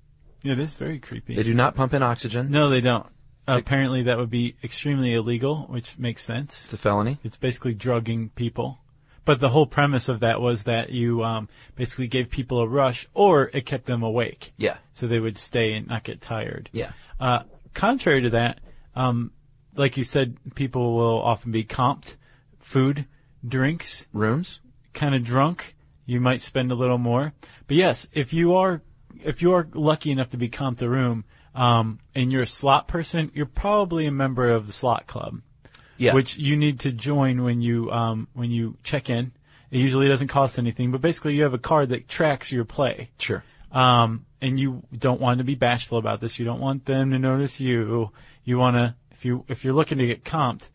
S3: it is very creepy.
S4: They do not pump in oxygen.
S3: No, they don't. Apparently, that would be extremely illegal, which makes sense.
S4: It's a felony.
S3: It's basically drugging people. But the whole premise of that was that you um, basically gave people a rush, or it kept them awake.
S4: Yeah.
S3: so they would stay and not get tired.
S4: Yeah.
S3: Uh, contrary to that, um, like you said, people will often be comped, food, drinks,
S4: Rooms?
S3: kind of drunk. You might spend a little more, but yes, if you are if you are lucky enough to be comped a room, um, and you're a slot person, you're probably a member of the slot club,
S4: Yeah.
S3: which you need to join when you um, when you check in. It usually doesn't cost anything, but basically you have a card that tracks your play.
S4: Sure.
S3: Um, and you don't want to be bashful about this. You don't want them to notice you. You want to, if you if you're looking to get comped,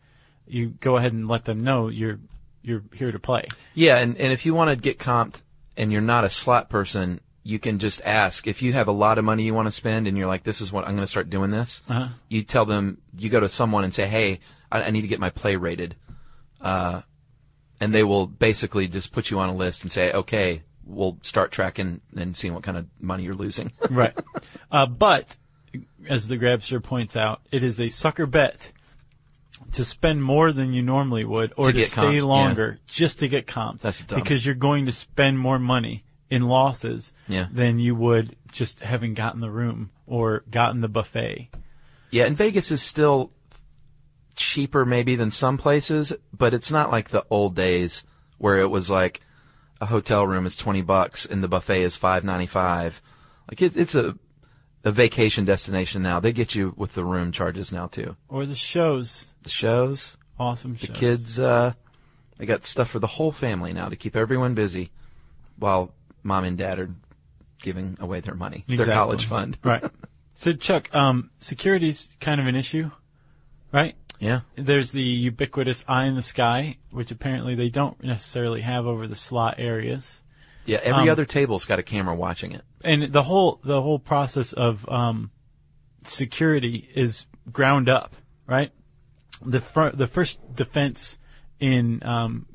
S3: you go ahead and let them know you're you're here to play.
S4: Yeah, and, and if you want to get comped and you're not a slot person, you can just ask. If you have a lot of money you want to spend and you're like, this is what I'm going to start doing this, you tell them, you go to someone and say, hey, I, I need to get my play rated. Uh, and they will basically just put you on a list and say, okay, we'll start tracking and seeing what kind of money you're losing.
S3: Right. uh, but as the grabster points out, it is a sucker bet. to spend more than you normally would or
S4: To
S3: to,
S4: get
S3: stay
S4: comped, yeah.
S3: longer just to get comped.
S4: That's dumb.
S3: Because you're going to spend more money in losses
S4: Yeah.
S3: than you would just having gotten the room or gotten the buffet.
S4: Yeah, and Vegas is still cheaper maybe than some places, but it's not like the old days where it was like a hotel room is 20 bucks and the buffet is 5.95. Like it, it's a a vacation destination now. They get you with the room charges now too.
S3: Or the shows.
S4: The shows,
S3: Awesome
S4: the
S3: shows.
S4: kids uh they got stuff for the whole family now to keep everyone busy while mom and dad are giving away their money,
S3: Exactly.
S4: their college fund.
S3: right. So Chuck, um, security's kind of an issue, right?
S4: Yeah.
S3: There's the ubiquitous eye in the sky, which apparently they don't necessarily have over the slot areas.
S4: Yeah, every
S3: Um,
S4: other table's got a camera watching it.
S3: and the whole the whole process of um, security is ground up, right? The fir- the first defense in um,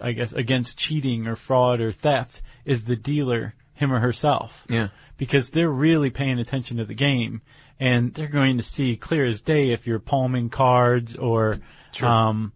S3: I guess against cheating or fraud or theft is the dealer him or herself.
S4: Yeah.
S3: Because they're really paying attention to the game and they're going to see clear as day if you're palming cards or um,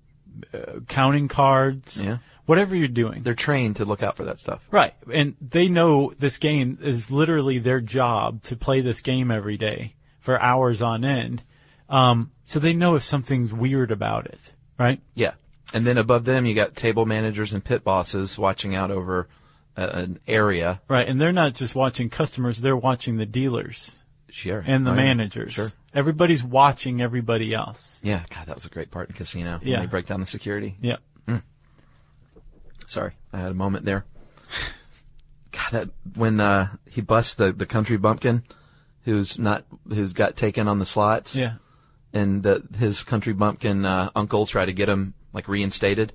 S3: uh, counting cards.
S4: Yeah.
S3: Whatever you're doing.
S4: They're trained to look out for that stuff.
S3: Right. And they know this game is literally their job to play this game every day for hours on end. Um, so they know if something's weird about it, right?
S4: Yeah. And then above them, you got table managers and pit bosses watching out over uh, an area.
S3: Right. And they're not just watching customers, they're watching the dealers
S4: Sure.
S3: and the
S4: Oh, yeah.
S3: managers.
S4: Sure.
S3: Everybody's watching everybody else.
S4: Yeah. God, that was a great part in Casino.
S3: Yeah.
S4: When they break down the security.
S3: Yep.
S4: Sorry. I had a moment there. God, that, when, uh, he busts the, the country bumpkin who's not, who's got taken on the slots.
S3: Yeah.
S4: And the, his country bumpkin, uh, uncle tried to get him, like, reinstated.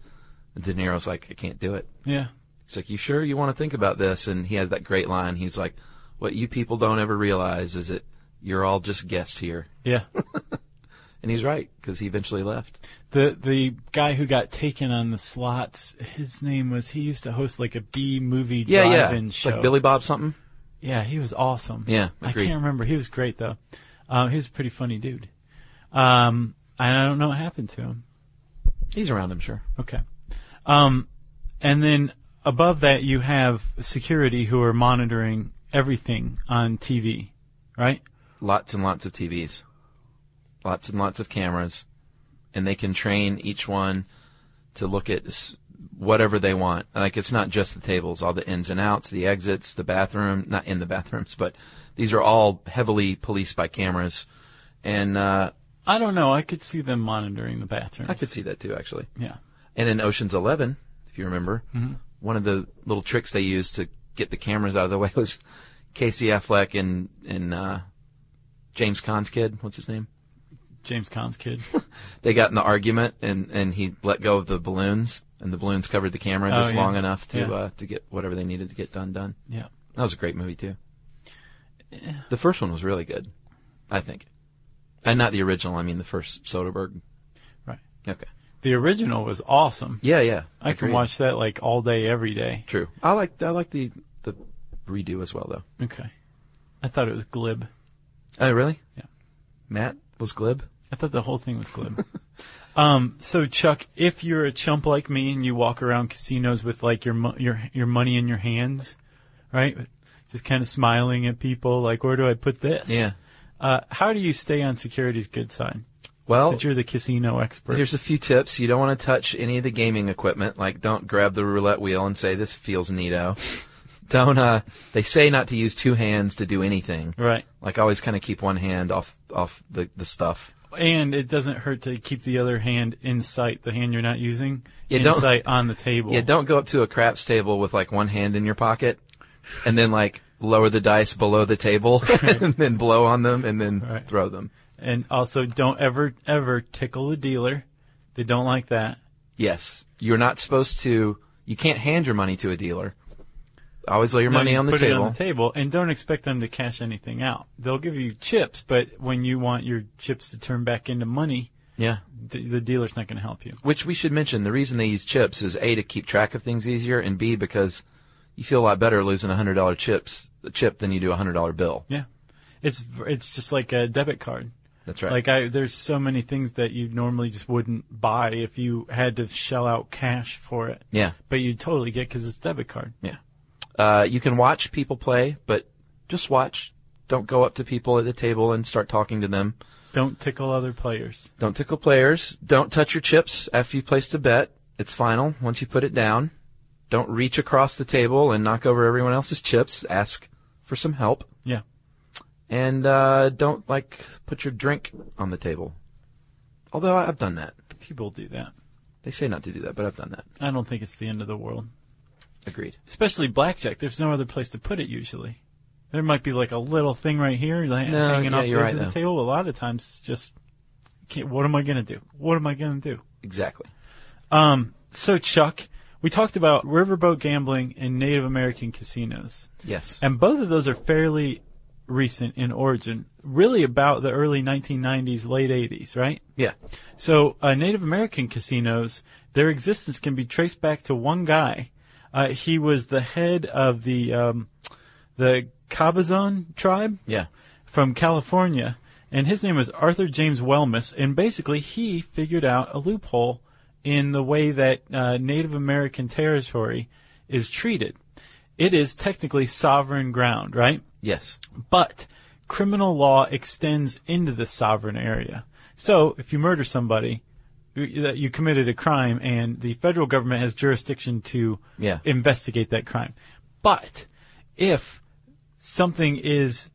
S4: And De Niro's like, I can't do it.
S3: Yeah.
S4: He's like, "You sure you want to think about this?" And he has that great line. He's like, "What you people don't ever realize is that you're all just guests here."
S3: Yeah.
S4: And he's right because he eventually left.
S3: The the guy who got taken on the slots, his name was he used to host like a B movie
S4: Yeah,
S3: drive-in
S4: yeah.
S3: show.
S4: Like Billy Bob something.
S3: Yeah, he was awesome.
S4: Yeah,
S3: I
S4: agreed.
S3: can't remember. He was great though. Um, he was a pretty funny dude. Um, and I don't know what happened to him.
S4: He's around, I'm sure.
S3: Okay. Um, and then above that, you have security who are monitoring everything on TV, right?
S4: Lots and lots of TVs, lots and lots of cameras, and they can train each one to look at s- whatever they want. Like it's not just the tables, all the ins and outs, the exits, the bathroom, not in the bathrooms, but these are all heavily policed by cameras. And uh,
S3: I don't know. I could see them monitoring the bathrooms.
S4: I could see that too, actually.
S3: Yeah.
S4: And in Ocean's Eleven, if you remember,
S3: Mm-hmm.
S4: one of the little tricks they used to get the cameras out of the way was Casey Affleck and and uh, James Conn's kid. What's his name?
S3: James Conn's kid.
S4: They got in the argument, and and he let go of the balloons, and the balloons covered the camera
S3: Oh,
S4: just
S3: yeah.
S4: long enough to
S3: Yeah.
S4: uh, to get whatever they needed to get done done.
S3: yeah.
S4: That was a great movie too. The first one was really good, I think, and not the original. I mean, the first Soderbergh.
S3: Right.
S4: Okay.
S3: The original was awesome.
S4: Yeah, yeah.
S3: I can
S4: Agreed.
S3: watch that like all day, every day.
S4: True. I like I like the the redo as well though.
S3: Okay. I thought it was glib.
S4: Oh, really?
S3: Yeah.
S4: Matt was glib.
S3: I thought the whole thing was glib. um, so Chuck, if you're a chump like me and you walk around casinos with like your mo- your your money in your hands, right? Just kind of smiling at people, like where do I put this?
S4: Yeah.
S3: Uh, how do you stay on security's good side?
S4: Well,
S3: Since you're the casino expert.
S4: Oh. here's a few tips. You don't want to touch any of the gaming equipment. Like, don't grab the roulette wheel and say this feels neato. don't. Uh, they say not to use two hands to do anything.
S3: right.
S4: Like, always kind of keep one hand off off the the stuff.
S3: And it doesn't hurt to keep the other hand in sight, the hand you're not using,
S4: Yeah,
S3: in
S4: don't-
S3: sight on the table.
S4: Yeah, don't go up to a craps table with like one hand in your pocket, and then like lower the dice below the table, and then blow on them, and then
S3: Right.
S4: throw them.
S3: And also don't ever, ever tickle the dealer. They don't like that.
S4: Yes. You're not supposed to, you can't hand your money to a dealer. Always lay your
S3: No,
S4: money
S3: you
S4: on the
S3: put
S4: table.
S3: It on the table, and don't expect them to cash anything out. They'll give you chips, but when you want your chips to turn back into money,
S4: yeah.
S3: the, the dealer's not going to help you.
S4: Which we should mention, the reason they use chips is A, to keep track of things easier, and B, because you feel a lot better losing a $100 chips, chip than you do a $100 bill.
S3: Yeah, it's it's just like a debit card.
S4: That's right.
S3: Like I, there's so many things that you normally just wouldn't buy if you had to shell out cash for it.
S4: Yeah.
S3: But you totally get because it's debit card.
S4: Yeah. Uh, you can watch people play, but just watch. Don't go up to people at the table and start talking to them.
S3: Don't tickle other players.
S4: Don't tickle players. Don't touch your chips after you placed a bet. It's final once you put it down. Don't reach across the table and knock over everyone else's chips. Ask for some help.
S3: Yeah.
S4: And uh, don't, like, put your drink on the table. Although I- I've done that.
S3: People do that.
S4: They say not to do that, but I've done that.
S3: I don't think it's the end of the world.
S4: Agreed.
S3: Especially blackjack. There's no other place to put it usually. There might be like a little thing right here like,
S4: No,
S3: hanging
S4: yeah,
S3: off the edge
S4: you're right,
S3: of the
S4: though.
S3: table. A lot of times, it's just can't, what am I gonna do? What am I gonna do?
S4: Exactly.
S3: Um, so Chuck, we talked about riverboat gambling and Native American casinos.
S4: Yes.
S3: And both of those are fairly recent in origin, really about the early 1990s, late 80s, right?
S4: Yeah.
S3: So, uh, Native American casinos, their existence can be traced back to one guy. Uh, he was the head of the, um, the Cabazon tribe
S4: Yeah.
S3: from California, and his name was Arthur James Wellness, and basically he figured out a loophole in the way that uh, Native American territory is treated. It is technically sovereign ground, right?
S4: Yes.
S3: But criminal law extends into the sovereign area. So if you murder somebody, you that you committed a crime, and the federal government has jurisdiction to
S4: Yeah.
S3: investigate that crime. But if something is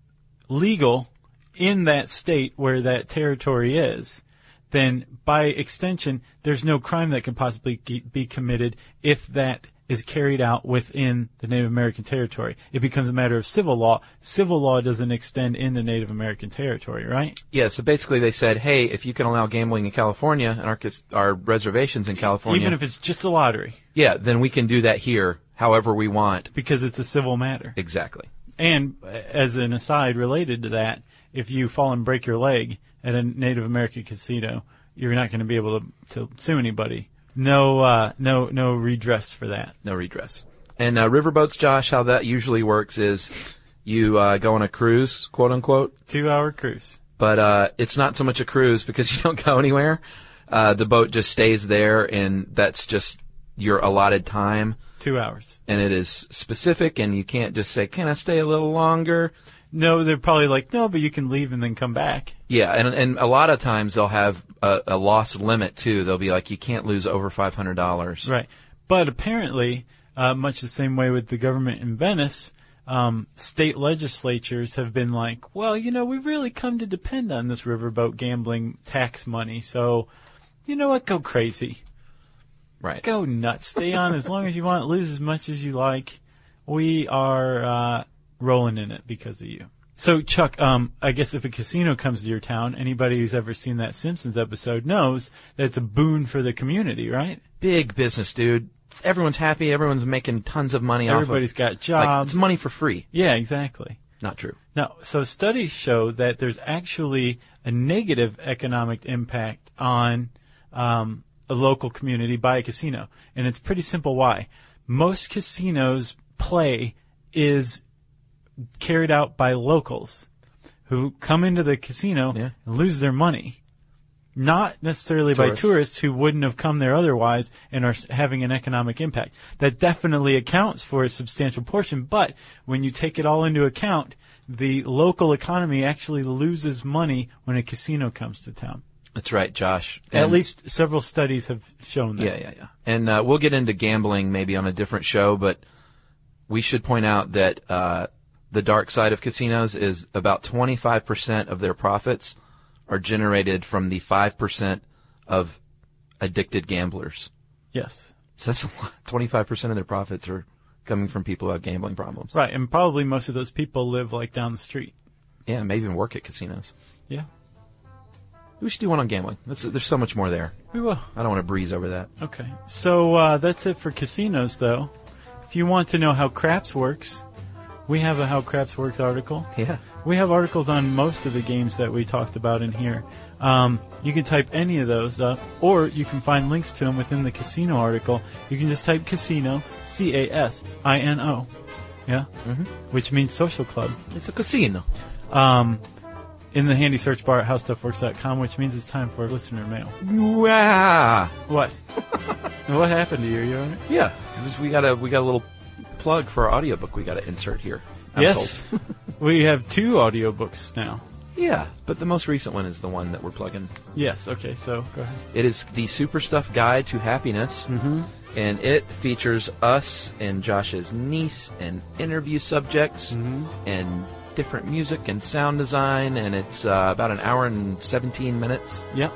S3: legal in that state where that territory is, then by extension, there's no crime that can possibly ge- be committed if that is carried out within the Native American territory. It becomes a matter of civil law. Civil law doesn't extend into Native American territory, right?
S4: Yeah, so basically they said, hey, if you can allow gambling in California and our, cas- our reservations in California,
S3: Even if it's just a lottery,
S4: yeah, then we can do that here however we want.
S3: because it's a civil matter.
S4: Exactly.
S3: And uh, as an aside related to that, if you fall and break your leg at a Native American casino, you're not going to be able to, to sue anybody. No, uh, no, no redress for that.
S4: No redress. And uh, riverboats, Josh, how that usually works is you uh, go on a cruise, quote unquote,
S3: Two hour cruise.
S4: but uh, it's not so much a cruise because you don't go anywhere. Uh, the boat just stays there, and that's just your allotted time,
S3: Two hours.
S4: and it is specific, and you can't just say, "Can I stay a little longer?"
S3: No, they're probably like, no, but you can leave and then come back.
S4: Yeah, and and a lot of times they'll have a, a loss limit too. They'll be like, "You can't lose over five hundred dollars."
S3: Right. But apparently, uh, much the same way with the government in Venice, um, state legislatures have been like, well, you know, we've really come to depend on this riverboat gambling tax money. So, you know what? Go crazy.
S4: Right.
S3: Go nuts. Stay on as long as you want. Lose as much as you like. We are uh, rolling in it because of you. So, Chuck, um, I guess if a casino comes to your town, anybody who's ever seen that Simpsons episode knows that it's a boon for the community, right?
S4: Big business, dude. Everyone's happy. Everyone's making tons of money
S3: Everybody's
S4: off of.
S3: got
S4: Like,
S3: jobs.
S4: it's money for free.
S3: Yeah, exactly.
S4: Not true.
S3: Now, so studies show that there's actually a negative economic impact on um, a local community by a casino, and it's pretty simple why. Most casinos play is carried out by locals who come into the casino
S4: Yeah.
S3: and lose their money. Not necessarily
S4: Tourists.
S3: by tourists who wouldn't have come there otherwise and are s- having an economic impact. That definitely accounts for a substantial portion, but when you take it all into account, the local economy actually loses money when a casino comes to town.
S4: That's right, Josh.
S3: At
S4: And-
S3: least several studies have shown that.
S4: Yeah, yeah, yeah. And uh, we'll get into gambling maybe on a different show, but we should point out that uh, the dark side of casinos is about 25% of their profits are generated from the 5% of addicted gamblers.
S3: Yes.
S4: So that's a lot. 25% of their profits are coming from people who have gambling problems.
S3: Right, and probably most of those people live like down the street.
S4: Yeah, maybe even work at casinos.
S3: Yeah.
S4: We should do one on gambling. That's, there's so much more there.
S3: We will.
S4: I don't want to breeze over that.
S3: Okay. So uh, that's it for casinos, though. If you want to know how craps works, we have a How Craps Works article.
S4: Yeah.
S3: We have articles on most of the games that we talked about in here. Um, you can type any of those up, or you can find links to them within the casino article. You can just type casino, C A S I N O. Yeah? Mm-hmm. Which means social club.
S4: It's a casino.
S3: Um, in the handy search bar at howstuffworks.com, which means it's time for listener mail.
S4: Wow.
S3: What? what happened to you? You all right?
S4: Yeah, it was- we got a we got a little plug for our audiobook. We got to insert here. I'm
S3: yes.
S4: told.
S3: we have two audiobooks now.
S4: Yeah, but the most recent one is the one that we're plugging.
S3: Yes, okay, so go ahead.
S4: It is the Super Stuff Guide to Happiness,
S3: Mm-hmm.
S4: and it features us and Josh's niece and interview subjects
S3: Mm-hmm.
S4: and different music and sound design, and it's uh, about an hour and seventeen minutes.
S3: Yeah.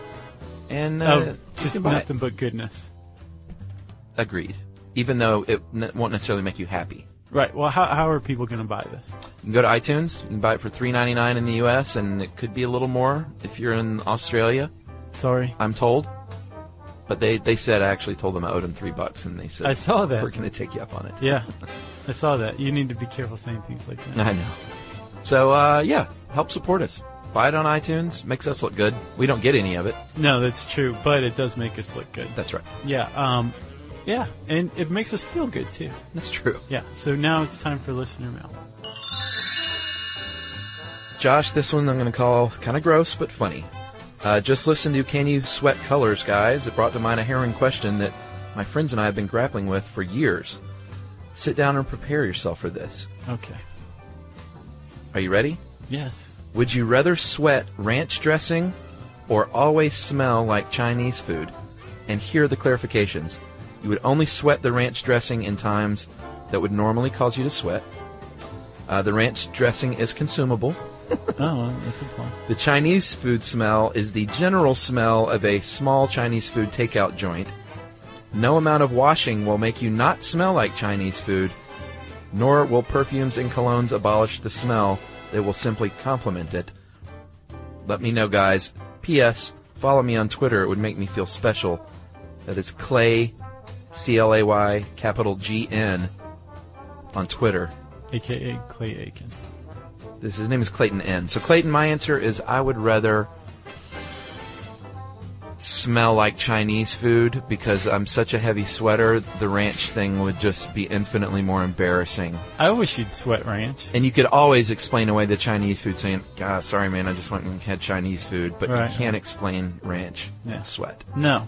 S4: And uh,
S3: Oh,
S4: you
S3: just
S4: can buy it.
S3: nothing but goodness.
S4: Agreed. Even though it n- won't necessarily make you happy.
S3: Right, well, how, how are people going to buy this?
S4: You can go to iTunes. You can buy it for three ninety nine in the U.S. and it could be a little more if you're in Australia.
S3: Sorry.
S4: I'm told. But they, they said I actually told them I owed them three bucks, and they said
S3: I saw that.
S4: we're going to take you up on it.
S3: Yeah, I saw that. You need to be careful saying things like that.
S4: I know. So uh, yeah, help support us. Buy it on iTunes. Makes us look good. We don't get any of it.
S3: No, that's true, but it does make us look good.
S4: That's right.
S3: Yeah, um, yeah, and it makes us feel good too.
S4: That's true.
S3: Yeah, so now it's time for listener mail.
S4: Josh, this one I'm going to call kind of gross but funny. Uh, just listen to Can You Sweat Colors, guys. It brought to mind a harrowing question that my friends and I have been grappling with for years. Sit down and prepare yourself for this.
S3: Okay.
S4: Are you ready?
S3: Yes.
S4: Would you rather sweat ranch dressing or always smell like Chinese food? And here are the clarifications. You would only sweat the ranch dressing in times that would normally cause you to sweat. Uh, the ranch dressing is consumable.
S3: Oh, well, that's a plus.
S4: The Chinese food smell is the general smell of a small Chinese food takeout joint. No amount of washing will make you not smell like Chinese food, nor will perfumes and colognes abolish the smell. They will simply complement it. Let me know, guys. P.S. Follow me on Twitter. It would make me feel special. That is Clay, C L A Y, capital G N, on Twitter.
S3: AKA Clay Aiken.
S4: This his name is Clayton N. So Clayton, my answer is I would rather smell like Chinese food because I'm such a heavy sweater. The ranch thing would just be infinitely more embarrassing.
S3: I wish you'd sweat ranch.
S4: And you could always explain away the Chinese food, saying, "God, sorry, man, I just went and had Chinese food," but
S3: Right.
S4: you can't explain ranch
S3: Yeah.
S4: sweat.
S3: No.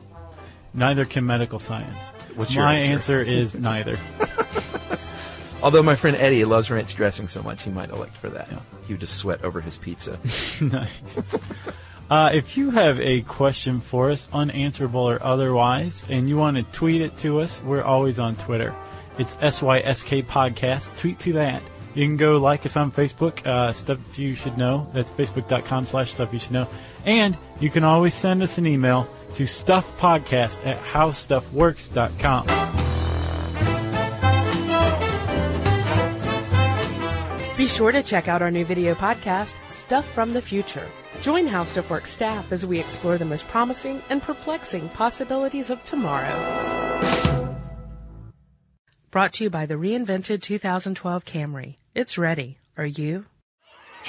S3: Neither can medical science.
S4: What's your
S3: My
S4: answer?
S3: answer is neither.
S4: Although my friend Eddie loves ranch dressing so much, he might elect for that. He would just sweat over his pizza.
S3: nice. Uh, if you have a question for us, unanswerable or otherwise, and you want to tweet it to us, we're always on Twitter. It's SYSK Podcast. Tweet to that. You can go like us on Facebook, uh, Stuff You Should Know. That's facebook.com slash Stuff You Should Know. And you can always send us an email to stuffpodcast at howstuffworks.com.
S2: Be sure to check out our new video podcast, Stuff from the Future. Join How Stuff Works staff as we explore the most promising and perplexing possibilities of tomorrow. Brought to you by the reinvented 2012 Camry. It's ready. Are you?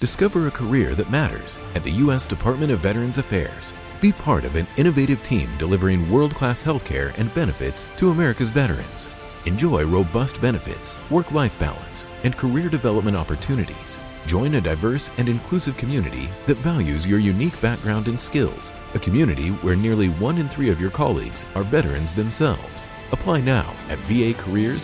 S7: Discover a career that matters at the U.S. Department of Veterans Affairs. Be part of an innovative team delivering world class healthcare and benefits to America's veterans. Enjoy robust benefits, work life balance, and career development opportunities. Join a diverse and inclusive community that values your unique background and skills, a community where nearly one in three of your colleagues are veterans themselves. Apply now at vacareers.va.gov.